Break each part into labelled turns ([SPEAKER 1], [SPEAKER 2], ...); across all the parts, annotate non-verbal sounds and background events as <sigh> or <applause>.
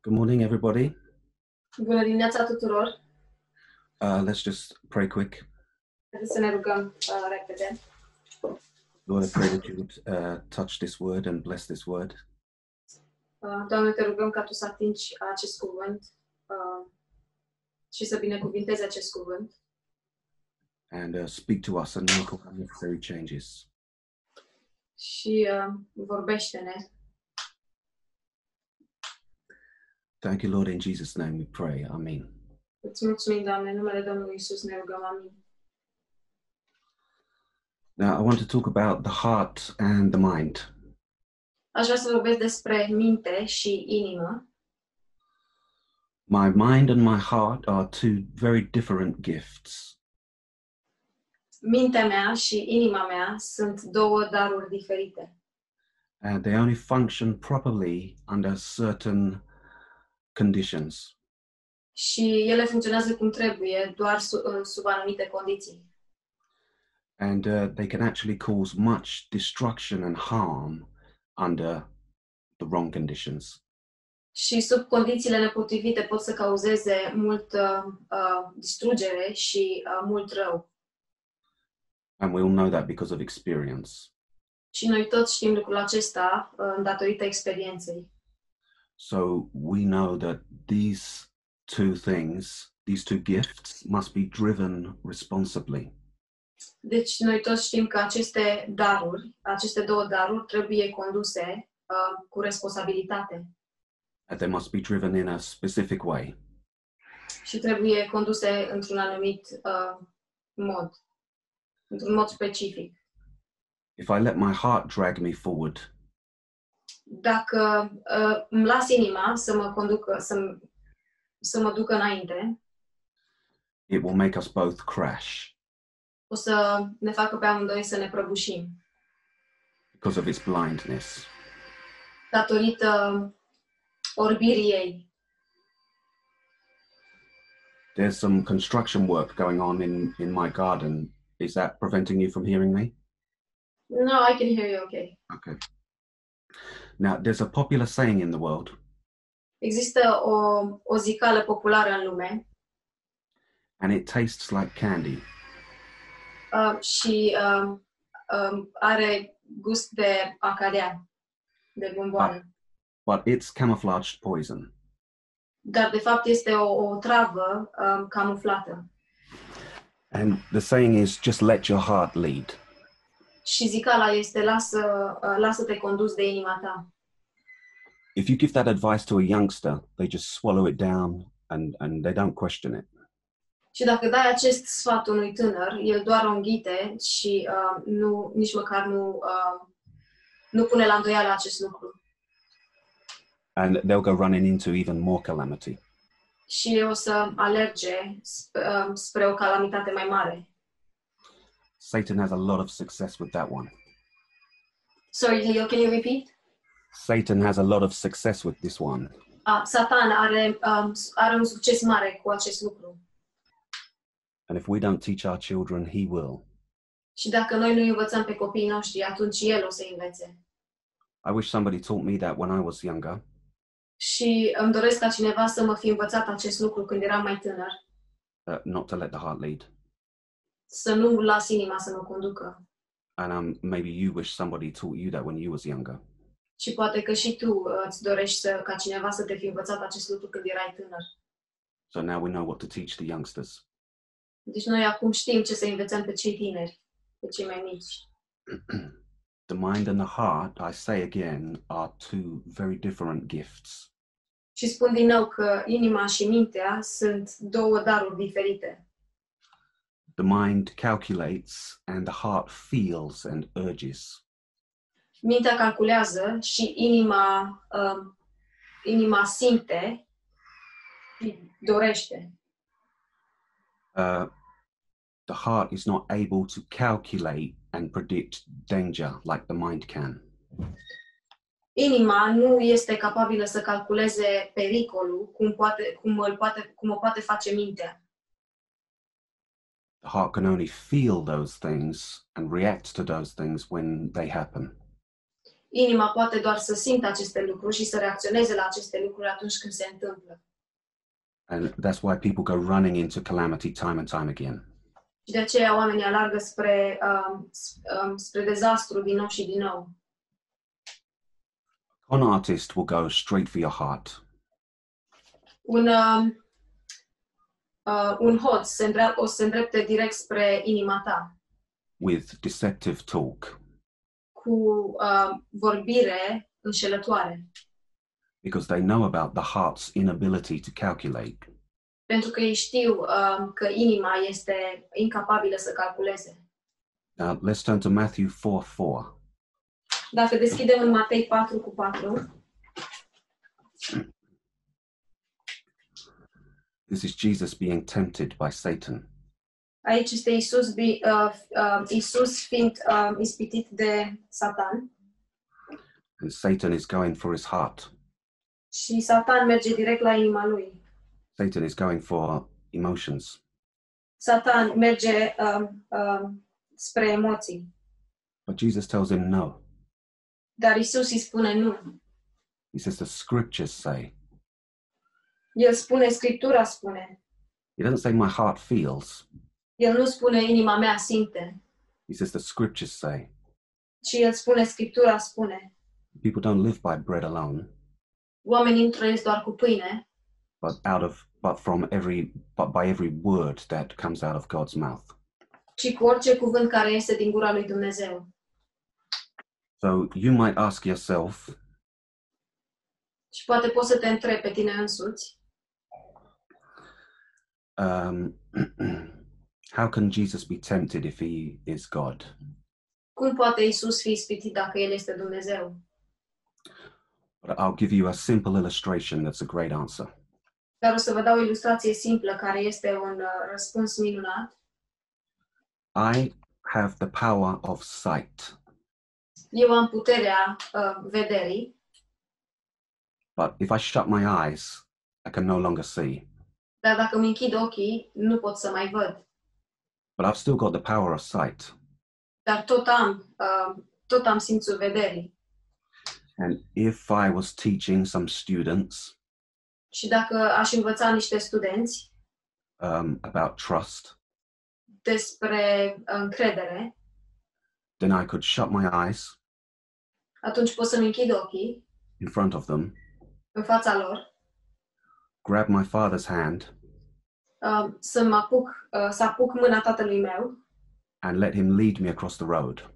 [SPEAKER 1] Good morning, everybody.
[SPEAKER 2] Bună dimineața tuturor!
[SPEAKER 1] Uh, let's just pray quick.
[SPEAKER 2] Haideți să ne rugăm uh, repede.
[SPEAKER 1] Lord, I pray that you would uh, touch this word and bless this word.
[SPEAKER 2] Uh, Doamne, te rugăm ca Tu să atingi acest cuvânt uh, și să binecuvintezi acest cuvânt
[SPEAKER 1] and uh, speak to us and make all the necessary changes.
[SPEAKER 2] și uh, vorbește-ne.
[SPEAKER 1] Thank you, Lord. In Jesus' name we pray. Amen.
[SPEAKER 2] Îți mulțumim, Doamne, în numele Domnului Isus ne rugăm, amin.
[SPEAKER 1] Now, I want to talk about the heart and the mind.
[SPEAKER 2] Aș vrea să vorbesc despre minte și inimă.
[SPEAKER 1] My mind and my heart are two very different gifts.
[SPEAKER 2] Mintea mea și inima mea sunt două daruri diferite
[SPEAKER 1] and they only function properly under certain conditions.
[SPEAKER 2] și ele funcționează cum trebuie, doar su- în- sub anumite condiții.
[SPEAKER 1] And uh, they can actually cause much destruction and harm under the wrong conditions.
[SPEAKER 2] și sub condițiile nepotrivite pot să cauzeze mult uh, uh, distrugere și uh, mult rău.
[SPEAKER 1] And we all know that because of experience.
[SPEAKER 2] Și noi toți știm lucrul acesta uh, datorită experienței.
[SPEAKER 1] So we know that these two things, these two gifts, must be driven responsibly.
[SPEAKER 2] Deci noi toți știm că aceste daruri, aceste două daruri trebuie conduse uh, cu responsabilitate
[SPEAKER 1] That they must be driven in a specific way.
[SPEAKER 2] și trebuie conduse într-un anumit uh, mod, într-un mod specific.
[SPEAKER 1] If I let my heart drag me forward,
[SPEAKER 2] Dacă uh, îmi las inima să mă conducă, să, să mă ducă înainte,
[SPEAKER 1] it will make us both crash
[SPEAKER 2] o să ne facă pe amândoi să ne prăbușim
[SPEAKER 1] because of its blindness.
[SPEAKER 2] datorită orbirii ei.
[SPEAKER 1] There's some construction work going on in, in my garden. Is that preventing you from hearing me?
[SPEAKER 2] No, I can hear you okay.
[SPEAKER 1] Okay. Now, there's a popular saying in the world
[SPEAKER 2] Există o, o zicală populară în lume
[SPEAKER 1] and it tastes like candy.
[SPEAKER 2] uh, și uh, uh, are gust de acadea, de bomboane.
[SPEAKER 1] but it's camouflaged poison.
[SPEAKER 2] Dar, de fapt, este o, o travă uh, camuflată.
[SPEAKER 1] And the saying is just let your heart lead.
[SPEAKER 2] Și zicala este lasă, uh, lasă-te condus de inima ta.
[SPEAKER 1] If you give that advice to a youngster, they just swallow it down and, and they don't question it.
[SPEAKER 2] Și dacă dai acest sfat unui tânăr, el doar o înghite și uh, nu, nici măcar nu, uh, nu pune la îndoială acest lucru.
[SPEAKER 1] And they'll go running into even more calamity.
[SPEAKER 2] Și o să alerge sp- uh, spre o calamitate mai mare.
[SPEAKER 1] Satan has a lot of success with that one.
[SPEAKER 2] Sorry, you- can you repeat?
[SPEAKER 1] Satan has a lot of success with this one.
[SPEAKER 2] Ah, Satan are, um, are un succes mare cu acest lucru.
[SPEAKER 1] And if we don't teach our children, he will.
[SPEAKER 2] Și dacă noi nu învățăm pe copiii noștri, atunci el o să învețe.
[SPEAKER 1] I wish somebody taught me that when I was younger.
[SPEAKER 2] Și îmi doresc ca cineva să mă fi învățat acest lucru când eram mai tânăr,
[SPEAKER 1] Uh, not to let the heart lead.
[SPEAKER 2] să nu las inima să mă conducă.
[SPEAKER 1] And um, maybe you wish somebody taught you that when you was younger.
[SPEAKER 2] Și poate că și tu uh, îți dorești să, ca cineva să te fi învățat acest lucru când erai tânăr.
[SPEAKER 1] So now we know what to teach the youngsters. <clears throat>
[SPEAKER 2] Deci noi acum știm ce să învățăm pe cei tineri, pe cei mai mici.
[SPEAKER 1] the mind and the heart, I say again, are two very different gifts.
[SPEAKER 2] Și spun din nou că inima și mintea sunt două daruri diferite.
[SPEAKER 1] The mind calculates and the heart feels and urges.
[SPEAKER 2] Mintea calculează și inima, um, inima simte și dorește.
[SPEAKER 1] Uh, the heart is not able to calculate and predict danger like the mind can.
[SPEAKER 2] Inima nu este capabilă să calculeze pericolul cum, poate, cum, îl poate, cum o poate face mintea.
[SPEAKER 1] The heart can only feel those things and react to those things when they happen.
[SPEAKER 2] Inima poate doar să simtă aceste lucruri și să reacționeze la aceste lucruri atunci când se întâmplă.
[SPEAKER 1] And that's why people go running into calamity time and time again.
[SPEAKER 2] Și de aceea oamenii alargă spre, um, s- um, spre dezastru din nou și din nou.
[SPEAKER 1] Con artist will go straight for your heart.
[SPEAKER 2] Un, um, uh, un hoț se îndre- o să se îndrepte direct spre inima ta
[SPEAKER 1] with deceptive talk
[SPEAKER 2] cu uh, vorbire înșelătoare.
[SPEAKER 1] because they know about the heart's inability to calculate.
[SPEAKER 2] Pentru că ei știu um, că inima este incapabilă să calculeze.
[SPEAKER 1] Now, let's turn to Matthew 4 4.
[SPEAKER 2] Dacă deschidem în Matei 4 cu 4,
[SPEAKER 1] This is Jesus being tempted by Satan.
[SPEAKER 2] aici este Isus, bi- uh, uh, Isus fiind uh, ispitit de Satan
[SPEAKER 1] And Satan is going for his heart.
[SPEAKER 2] și Satan merge direct la inima lui.
[SPEAKER 1] Satan is going for emotions.
[SPEAKER 2] Satan merge um, um, spre emoții,
[SPEAKER 1] But Jesus tells him no.
[SPEAKER 2] dar Isus îi spune nu.
[SPEAKER 1] He says, The scriptures say.
[SPEAKER 2] El spune, Scriptura spune.
[SPEAKER 1] He doesn't say, My heart feels.
[SPEAKER 2] El nu spune, inima mea simte,
[SPEAKER 1] He says, The scriptures say.
[SPEAKER 2] ci el spune, Scriptura spune.
[SPEAKER 1] People don't live by bread alone,
[SPEAKER 2] Oamenii nu trăiesc doar cu pâine,
[SPEAKER 1] but out of but from every but by every word that comes out of God's mouth.
[SPEAKER 2] ci cu orice cuvânt care este din gura lui Dumnezeu.
[SPEAKER 1] So you might ask yourself,
[SPEAKER 2] Și poate poți să te întrebi pe tine însuți,
[SPEAKER 1] um, <clears throat> how can Jesus be tempted if he is God?
[SPEAKER 2] cum poate Isus fi ispitit dacă El este Dumnezeu?
[SPEAKER 1] But I'll give you a simple illustration that's a great answer.
[SPEAKER 2] Dar o să vă dau o ilustrație simplă care este un uh, răspuns minunat.
[SPEAKER 1] I have the power of sight,
[SPEAKER 2] Eu am puterea uh, vederii,
[SPEAKER 1] but if I shut my eyes, I can no longer see.
[SPEAKER 2] Dar dacă îmi închid ochii, nu pot să mai văd.
[SPEAKER 1] But I've still got the power of sight.
[SPEAKER 2] Dar tot am, uh, tot am simțul vederii.
[SPEAKER 1] And if I was teaching some students
[SPEAKER 2] Și dacă aș învăța niște studenți
[SPEAKER 1] um, about trust,
[SPEAKER 2] despre uh, încredere,
[SPEAKER 1] then I could shut my eyes
[SPEAKER 2] atunci pot să-mi închid ochii
[SPEAKER 1] in front of them,
[SPEAKER 2] în fața lor,
[SPEAKER 1] grab my father's hand,
[SPEAKER 2] uh, să mă apuc, uh, să apuc mâna tatălui meu
[SPEAKER 1] and let him lead me across the road.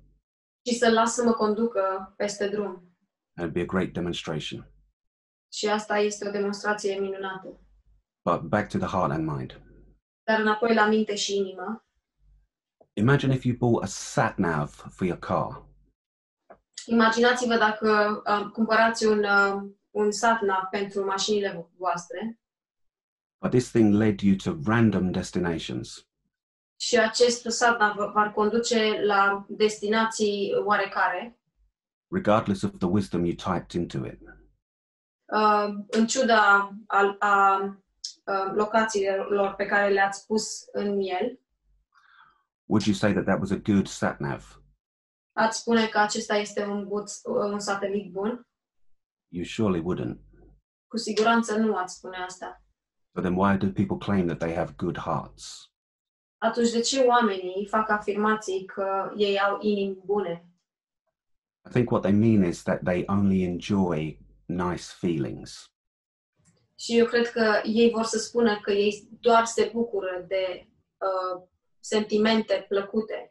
[SPEAKER 2] și să-l las să mă conducă peste drum.
[SPEAKER 1] And it'd be a great demonstration.
[SPEAKER 2] Și asta este o demonstrație minunată.
[SPEAKER 1] But back to the heart and mind.
[SPEAKER 2] Dar înapoi la minte și inimă,
[SPEAKER 1] Imagine if you bought a sat nav for your car.
[SPEAKER 2] imaginați-vă dacă uh, cumpărați un, uh, un satna pentru mașinile voastre
[SPEAKER 1] But this thing led you to random destinations.
[SPEAKER 2] și acest satna vă va conduce la destinații oarecare,
[SPEAKER 1] Regardless of the wisdom you typed into it,
[SPEAKER 2] uh, în ciuda a, a uh, locațiilor pe care le-ați pus în el,
[SPEAKER 1] would you say that that was a good sat nav?
[SPEAKER 2] ați spune că acesta este un, buț, un satelit bun?
[SPEAKER 1] You surely wouldn't.
[SPEAKER 2] Cu siguranță nu ați spune asta.
[SPEAKER 1] So then why do people claim that they have good hearts?
[SPEAKER 2] Atunci de ce oamenii fac afirmații că ei au inimi bune?
[SPEAKER 1] I think what they mean is that they only enjoy nice feelings.
[SPEAKER 2] Și eu cred că ei vor să spună că ei doar se bucură de uh, sentimente plăcute.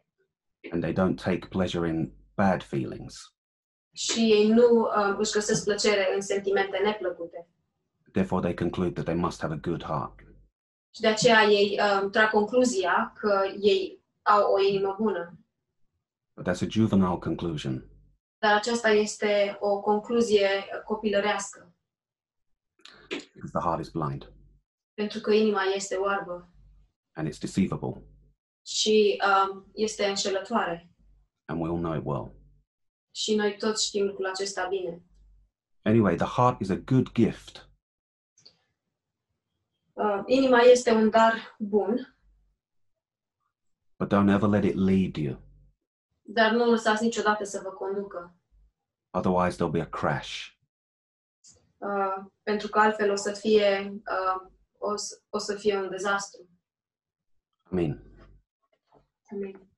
[SPEAKER 1] and they don't take pleasure in bad feelings.
[SPEAKER 2] și ei nu uh, își găsesc plăcere în sentimente neplăcute.
[SPEAKER 1] Therefore, they conclude that they must have a good heart.
[SPEAKER 2] Și de aceea ei um, trag concluzia că ei au o inimă bună.
[SPEAKER 1] But that's a juvenile conclusion.
[SPEAKER 2] Dar aceasta este o concluzie copilărească,
[SPEAKER 1] because the heart is blind
[SPEAKER 2] pentru că inima este oarbă
[SPEAKER 1] and it's deceivable,
[SPEAKER 2] și um, este înșelătoare.
[SPEAKER 1] and we all know it well.
[SPEAKER 2] Și noi toți știm lucrul acesta bine.
[SPEAKER 1] Anyway, the heart is a good gift,
[SPEAKER 2] Uh, inima este un dar bun,
[SPEAKER 1] but don't ever let it lead you.
[SPEAKER 2] dar nu lăsați niciodată să vă conducă.
[SPEAKER 1] Otherwise, there'll be a crash.
[SPEAKER 2] uh, pentru că altfel o să fie, uh, o, să, o să fie un dezastru.
[SPEAKER 1] I mean,
[SPEAKER 2] Amin.